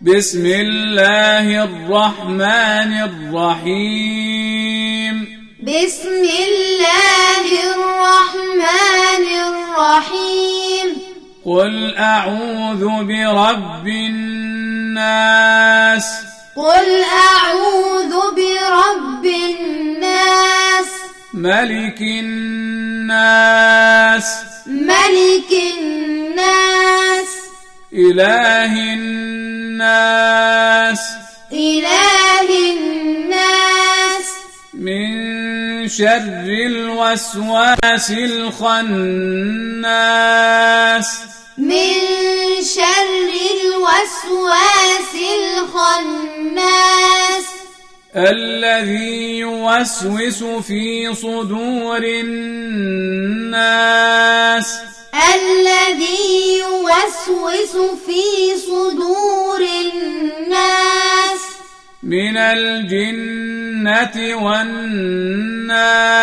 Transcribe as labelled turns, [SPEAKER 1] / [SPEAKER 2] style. [SPEAKER 1] بسم الله الرحمن الرحيم
[SPEAKER 2] بسم الله الرحمن الرحيم
[SPEAKER 1] قل أعوذ برب الناس
[SPEAKER 2] قل أعوذ برب الناس
[SPEAKER 1] ملك الناس
[SPEAKER 2] ملك الناس
[SPEAKER 1] إله الناس
[SPEAKER 2] إله الناس
[SPEAKER 1] من شر الوسواس الخناس
[SPEAKER 2] من شر الوسواس الخناس
[SPEAKER 1] الذي يوسوس في صدور الناس
[SPEAKER 2] الذي يوسوس في صدور الناس
[SPEAKER 1] من الجنة والناس